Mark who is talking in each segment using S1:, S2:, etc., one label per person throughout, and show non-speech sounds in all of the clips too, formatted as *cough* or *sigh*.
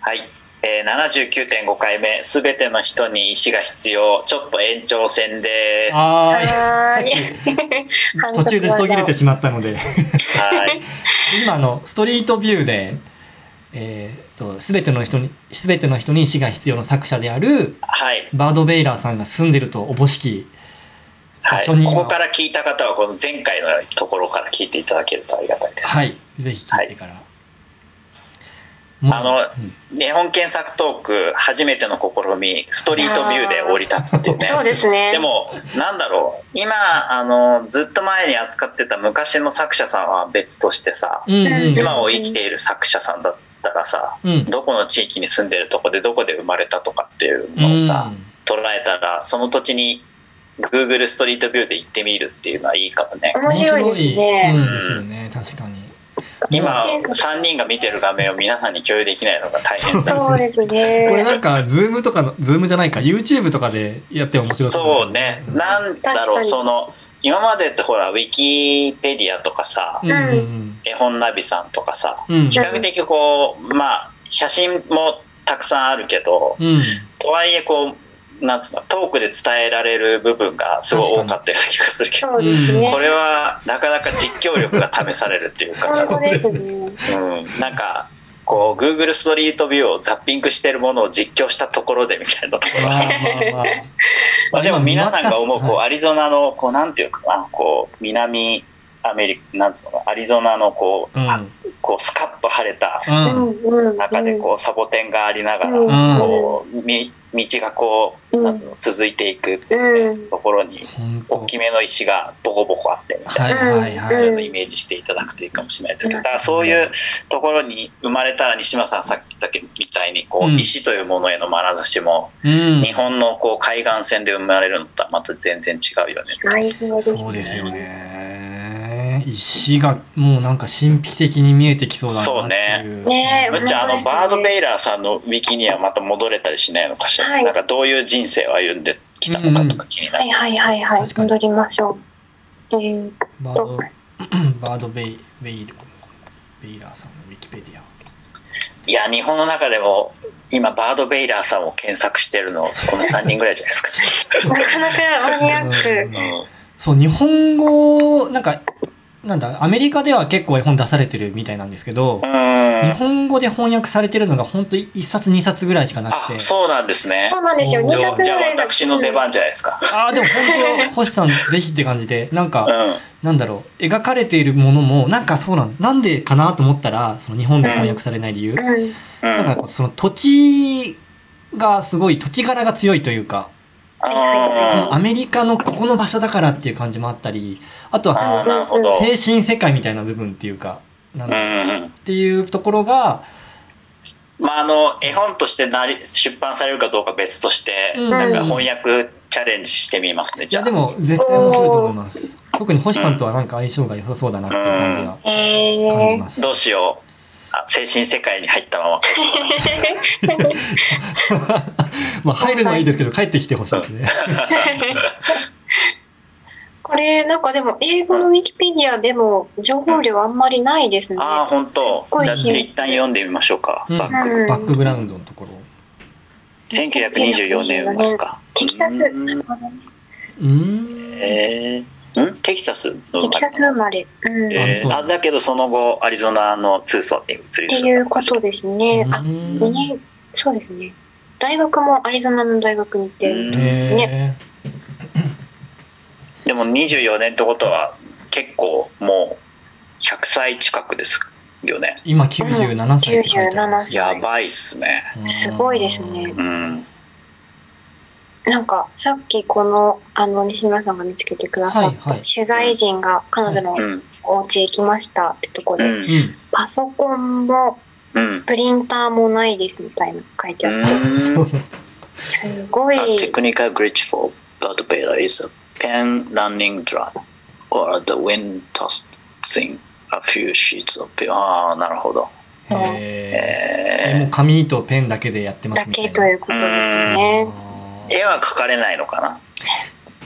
S1: はい、えー、79.5回目、すべての人に石が必要、ちょっと延長戦です。は
S2: は
S3: は
S2: ーい。
S3: ーい。
S2: 途中で途切れてしまったの
S3: *laughs*
S2: で、
S1: い、
S2: 今あのストリートビューで、えーと、すべての人に、すべての人に石が必要の作者である、
S1: はい、
S2: バード・ベイラーさんが住んでるとおぼしき、
S1: はい、
S2: 一緒に
S1: ここから聞いた方は、この前回のところから聞いていただけるとありがたいです。
S2: はい、ぜひ聞いてから。もう
S1: あの
S2: うん
S1: 日本検索トーク、初めての試み、ストリートビューで降り立つっていう
S2: *laughs*
S1: ね。
S3: そうですね。
S1: でも、なんだろう、今、あの、ずっと前に扱ってた昔の作者さんは別としてさ、
S2: うんうん、
S1: 今を生きている作者さんだったらさ、
S2: うん、
S1: どこの地域に住んでるとこでどこで生まれたとかっていうのをさ、
S2: うん
S1: 捉えたら、その土地に Google ストリートビューで行ってみるっていうのはいいかもね。
S3: 面白いで
S2: 面
S3: す
S2: 白
S3: ね。
S2: いうん、ですよね、確かに。
S1: 今、
S3: うん
S1: 3人が見てる画面を皆さんに共有できないのが大変だ。
S3: そうです
S2: これな
S3: ね。
S2: んか、ズームとかの、ズームじゃないか、YouTube とかでやっても面白
S1: そうね。
S2: ん
S1: なんだ
S3: 確か
S1: ろう、
S3: に
S1: その、今までってほら、ウィキペディアとかさ、
S2: うんうん
S1: 絵本ナビさんとかさ、
S2: うん。うん
S1: 比較的こう、まあ、写真もたくさんあるけど、
S2: うん。
S1: とはいえこう、なんつうの、トークで伝えられる部分がすごい多かったような気がするけど、
S3: そうです
S2: うん
S3: ね。
S1: これはなかなか実況力が試されるっていうか
S3: 本当
S1: さ、
S3: ですね。
S1: うん、なんか、こう、Google ストリートビューをザッピングしてるものを実況したところでみたいなところ
S2: まあまあまあ。
S1: *laughs* まあでも皆さんが思う、こう、
S2: は
S1: アリゾナの、こう、なんていうかな、こう、南アメリカ、なんつうのかな、アリゾナのこう、あ
S2: い
S1: こうスカッと晴れた、
S3: う
S2: うん。うん。
S3: んうん。
S1: 中でこうサボテンがありながら、
S2: うん
S1: こうみ道がこうなんつうの続いていくっていうところに
S2: 本当
S1: 大きめの石がボコボコあってみたい
S2: はいはい
S1: な、そう
S2: は
S1: いう
S2: い。
S1: のをイメージしていただくといいかもしれないですけど、
S3: うん
S1: だからそういうところに生まれたら西村さんさっきだけみたいにこう、
S2: うん
S1: 石というものへの眼差しも
S2: うん。
S1: 日本のこう海岸線で生まれるのとはまた全然違うよね。
S3: 内装ですね。
S2: そうですよね。石がもうなんか神秘的に見えてきそうだなっていう。
S3: そうねねえ
S1: むっちゃんあ
S3: 本
S1: の
S3: 当ですね
S1: バード・ベイラーさんのウィキにはまた戻れたりしないのかしら、
S3: はい
S1: なんかどういう人生を歩んできたのかとか気になる
S3: はいはいはいはい。
S2: 確かに
S3: 戻りましょう。えー、
S2: バード *clears throat* バードベイベイベイラーさんのウィキペディア。
S1: いや、日本の中でも、今、バード・ベイラーさんを検索してるの、この3人ぐらいじゃないですか。
S3: なかなかマニアック。
S2: そう日本語なんかなんだアメリカでは結構絵本出されてるみたいなんですけど
S1: う、ん。
S2: 日本語で翻訳されてるのが本当一冊二冊ぐらいしかなく
S1: あ
S2: て、。
S1: そうなんですね
S3: そ。うなんですよ。
S2: そう
S3: 2
S1: じゃあ、
S3: 冊ぐ
S1: じゃあ
S3: らいだ
S1: 私の出番じゃないですか。
S2: ああでも本当星さんぜひって感じでなん
S1: う
S2: か
S1: ん。
S2: なんだろう描かれているものもなんかそうなんなんでかなと思ったらその日本で翻訳されない理由、
S3: うん。
S1: うん。
S2: なんかその土地がすごい土地柄が強いというか、
S1: あ
S2: アメリカのここの場所だからっていう感じもあったりあとはそ
S1: あー、
S2: の
S1: なるほど。
S2: 精神世界みたいな部分っていうかなん
S1: う
S2: だ
S1: んうん。
S2: っていうところが、
S1: まあ、あの、絵本としてなり出版されるかどうか別として、
S2: うん
S1: なんか翻訳チャレンジしてみますね、
S2: い
S1: じゃ
S2: や
S1: あ。
S2: でも絶対面白いと思います特に星さんとはなんか相性が良さそうだなっていう感じが
S3: え
S2: 感じ
S3: ー
S2: ま、す、
S1: どうしよう。あ精神世界に入ったま
S2: *laughs*
S1: ま。
S2: *laughs* まあ入るのはいいですけど帰ってきてほしいですね
S3: これなんかでも英語のウィキペディアでも情報量あんまりないですね。
S1: ああ、本当
S3: すっ。ごい
S1: じゃあ一旦読んでみましょうか。
S2: うん
S1: バック
S3: うん
S2: バックグラウンドのところ
S1: 1924年生まれか。
S3: テキサス
S1: うん
S2: うーん
S1: えー、んテキサスの生まれ
S3: テキサス生まれ。うん。っ
S1: えーあだけどその後アリゾナの通ソに移り
S3: て
S1: 住
S3: い
S1: ん
S3: う
S1: だ
S3: ことですね。あ、
S2: 2
S3: 2年、そうですね。大学もアリゾナの大学に行ってるんですね。
S1: でも24年ってことは結構もう100歳近くですよね
S2: 今97歳って書いてあります
S3: 97
S1: やばいっすね
S3: すごいですね
S1: うん
S3: なんかさっきこのあの西村さんが見つけてくださった、
S2: はいはい
S3: 取材陣が彼女
S1: う
S3: の
S1: ん
S3: お家へ行きましたってとこ
S1: う
S3: で、
S1: ん
S2: うん
S3: パソコンも
S1: うん
S3: プリンターもないですみたいなの書いてあって、
S1: うん
S3: すごい
S1: A technical glitch for Bert Baylor is a pen running dry or the wind tossing a few sheets of paper. ああ、なるほど。
S2: へえも
S1: え
S2: う紙とペンだけでやってま
S3: だ
S2: すみた
S3: け
S2: い
S3: と
S2: な
S3: いうことですね。
S1: 絵は描かれないのかな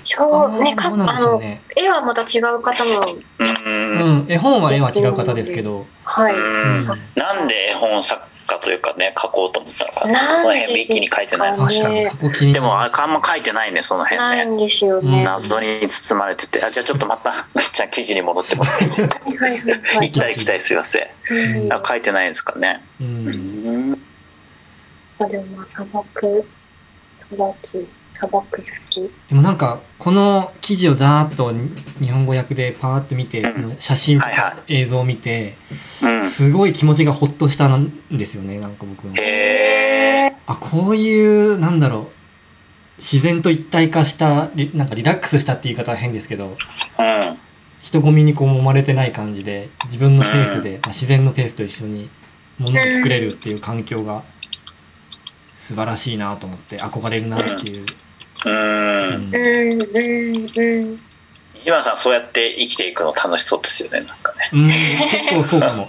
S3: 小
S2: ー
S3: ねか
S2: どうなん
S3: あ
S2: でしょう
S3: の
S2: ね。
S3: 絵はまた違う方の
S1: う。
S2: うんん、絵本は絵は違う方ですけど。
S3: はい、
S1: うん
S2: うん
S1: なんで絵本作家というかね、書こうと思ったのか。
S3: なんで
S1: その辺一気に書いてないの
S2: 確かに、そこ気になります
S1: でも、ああんま書いてないね、その
S3: な
S1: 辺
S3: い
S1: ね。
S3: んですよね。
S2: うん
S3: は
S1: 謎に包まれてて。あ、じゃあちょっとまた、 *laughs* じゃあ記事に戻ってもらっていいですか。
S3: いはいはいは
S1: 行
S3: い
S1: きたい行きたい、すいません。
S3: うん。
S1: あ書いてないですかね。
S2: う。
S1: うんん。
S3: まあでもまあ砂漠育ち砂漠好き。
S2: でもなんか、この記事をざーっと日本語訳でパーッと見
S1: う
S2: て、
S1: ん
S2: その写真と
S1: はいは
S2: か映像を見て、
S1: うん。
S2: すごい気持ちがほっとしたんですよね、なんか僕も。
S1: へえ。
S2: あ、こういう、なんだろう、自然と一体化した、リなんかリラックスしたって言い方は変ですけど、
S1: うん。
S2: 人混みにこう揉まれてない感じで、自分のペースで、まあ、自然のペースと一緒に物を作れるっていう環境が素晴らしいなと思って、憧れるなってい
S1: うん。
S2: う。うん
S3: うんうんうん。
S1: 西村さん、そうやって生きていくの楽しそうですよね、なんかね。
S2: うん、結構そうかも。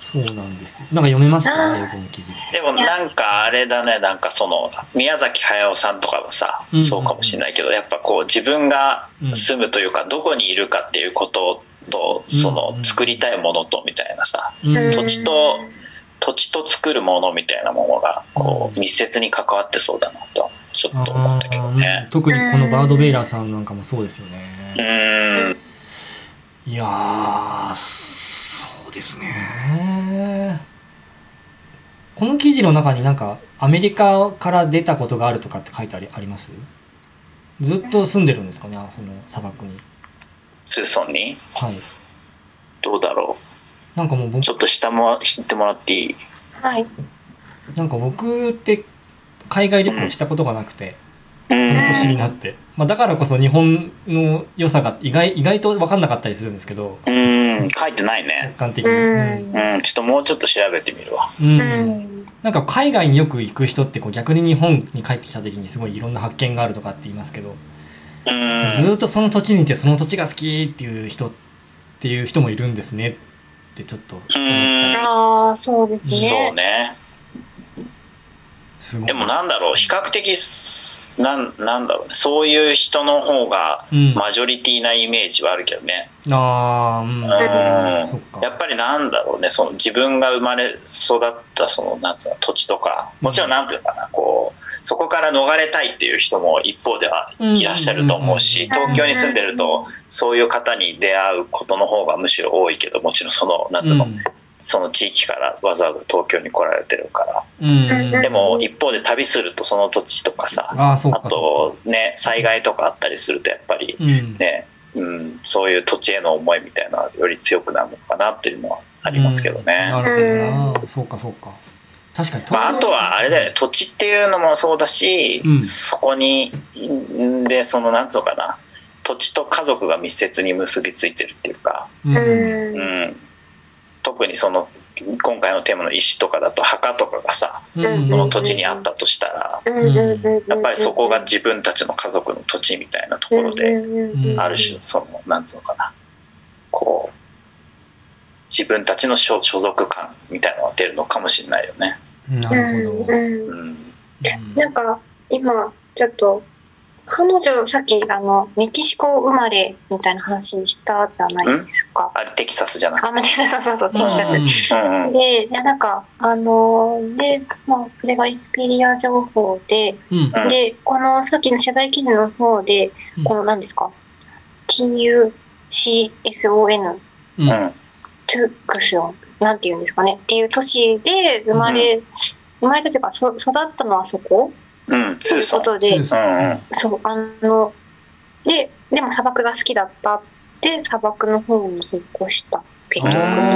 S2: そうなんですよ。なんか読めました英語の記事。
S1: でもなんかあれだね、なんかその、宮崎駿さんとかもさ
S2: うん、
S1: そうかもしれないけど、やっぱこう自分が住むというか、どこにいるかっていうことと、そ
S2: うんう
S1: の
S2: ん
S1: 作りたいものとみたいなさ、
S2: うん
S3: うん
S1: 土地と土地と作るものみたいなものが、こう密接に関わってそうだなと、ちょっと思ったけど
S2: あーうん
S1: ね。
S2: 特にこのバードベイラーさんなんかもそうですよね。
S1: うん。
S2: いやー、そうですね。この記事の中になんか、アメリカから出たことがあるとかって書いてありありますずっと住んでるんですかね、あその砂漠に。
S1: スーソンに、
S2: はい。
S1: どうだろ
S2: なんかもう
S1: う。
S2: 僕
S1: ちょっと下も知ってもらっていい
S3: はい。
S2: なんか僕って海外旅行したことがなくて、
S1: う
S2: こ
S1: ん
S2: の年になって、まあ、だからこそ日本の良さが意外意外と分かんなかったりするんですけど、
S1: うん、書いてない
S2: 客
S1: ね。
S2: 観的
S3: う
S2: に。
S3: ん。
S1: うん、ちょっともうちょっと調べてみるわ。
S2: うん
S3: う
S2: うん
S3: ん。
S2: なんか海外によく行く人ってこう逆に日本に帰ってきた時にすごいいろんな発見があるとかって言いますけど、
S1: うん。
S2: ずーっとその土地にいてその土地が好きっていう人っていう人もいるんですねってちょっと思った
S1: うん
S3: ああそうですね。
S1: そうね。
S2: すごい
S1: でもなんだろう、比較的す、なん、なんだろうね、そういう人の方が、
S2: うん、
S1: マジョリティなイメージはあるけどね。
S2: あーうん
S1: うん
S2: そっか
S1: やっぱりなんだろうね、その自分が生まれ育った、その、なんつうの、土地とか、もちろんなんていうのかな、こう、そこから逃れたいっていう人も一方ではいらっしゃると思うし、
S2: うんうんうん
S1: 東京に住んでると、そういう方に出会うことの方がむしろ多いけど、もちろんその、なんつうの、その地域からわざわざ東京に来られてるから。
S2: うん
S3: うん
S1: でも一方で旅するとその土地とかさ、
S2: ああそうか
S1: あとね、災害とかあったりするとやっぱり
S2: そうかうん
S1: ね、うん、そういう土地への思いみたいなのがより強くなるのかなっていうのはありますけど
S2: う
S1: ね
S2: ん。なるほどな。そうかそうか。確かに。
S1: まあ、あとはあれだよね、土地っていうのもそうだし、
S2: うん
S1: そこに、んで、そのなんつうのかな、土地と家族が密接に結びついてるっていうか、
S2: うん。
S1: う
S3: うん。
S1: ん、特にその、今回のテーマの石とかだと墓とかがさ、
S2: うん
S1: その土地にあったとしたら、
S3: うんうんうんうん。
S1: やっぱりそこが自分たちの家族の土地みたいなところで、
S3: で
S1: ある種、その、なんつうのかな、こう、自分たちの所所属感みたいなのが出るのかもしれないよね。
S2: なるほど。
S3: う
S1: う。
S3: んうん
S2: うん
S3: ん。なんか今ちょっと彼女さっきあのメキシコ生まれみたいな話したじゃないですか。
S1: あれ、テキサスじゃなくて。
S3: あ間違えたそうそうそうテキサス
S2: うん
S1: うんうん。
S3: で、いやなんか、あので、まあ、それがインペリア情報で、
S2: うん
S1: うん
S3: で、このさっきの謝罪記事の方で
S2: うん、
S3: この何ですか、TUCSON、
S2: うん
S1: うん。
S3: トゥクション、なんて言うんですかね、っていう都市で生まれ、生まれたというか、そ育ったのはそこ
S1: うん。
S3: と
S1: ツ
S3: い
S1: ー
S3: う
S1: ソ
S3: こ
S1: ン。
S3: とで、
S2: そう
S1: うん
S3: そう、あの、で、でも砂漠が好きだったって、砂漠の方に引っ越した、
S1: う
S3: 北
S1: ん
S3: 京み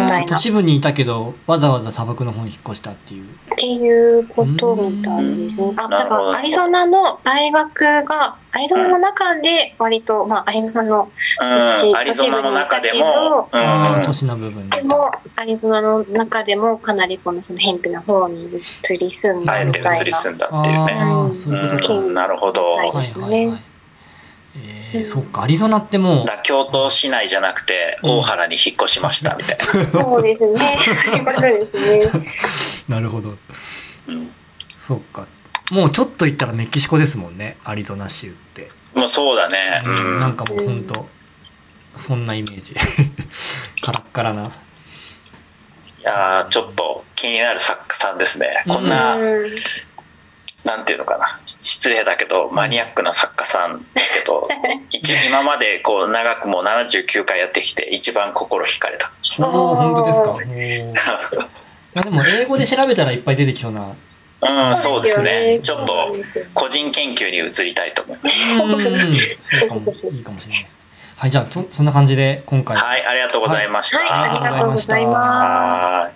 S3: た
S2: あ
S3: い
S2: ー
S3: な、
S2: 都
S3: っ
S2: 市部にいたけど、わざわざ砂漠の方に引っ越したっていう。
S3: ていうことみたいですね
S2: う。ん
S3: あ、
S1: な
S3: だ
S1: る
S3: か
S1: ほど
S3: ら、アリゾナの大学が、アリゾナの中で、割と、まあ、アリゾナの、
S1: うん。アリゾナの中でも、う
S2: あ
S1: ん
S2: ー。都市の部分
S3: でも、アリゾナの中でも、かなりこの、その、偏僻な方に移り住ん
S1: あ
S3: だ
S1: え
S3: み
S1: て
S3: た
S1: 移
S3: い
S1: り
S3: な。
S1: 住んだ
S2: あ
S1: っていうね。
S2: あー、そういうこと
S1: うん。なるほど。
S3: はい
S2: か。はいはいはい。えー、そっか、アリゾナってもう
S1: だ、京都市内じゃなくて、大原に引っ越しましたみたいな。
S3: そうです
S1: *laughs*
S3: ね。そういうことですね。
S2: なるほど。
S1: うん。
S2: そっか。もうちょっと行ったらメキシコですもんねアリゾナ州って、
S1: もうそうだね。う
S2: うん
S1: ん。
S2: なんかもうほんとそんなイメージ *laughs* カラッカラない
S1: やーちょっと気になる作家さんですね。こん
S3: う
S1: な、
S3: ん
S1: なんていうのかな。失礼だけど、マニアックな作家さんだけ *laughs* ど、一応今までこう長くもう79回やってきて、一番心惹かれた。
S2: おー本当ですかおーまあでも英語で調べたらいっぱい出てきそう *laughs* な
S1: うん、そうですね。ちょっ
S3: そうなん
S1: と
S3: ですよ
S1: 個人研究に移りたいと思います。
S2: うんうんうんそうかもいいかもしれないですはいじゃあそそんな感じで今回
S1: はい、ありがとうございました。
S3: はい、ありがとうございます。
S1: はーい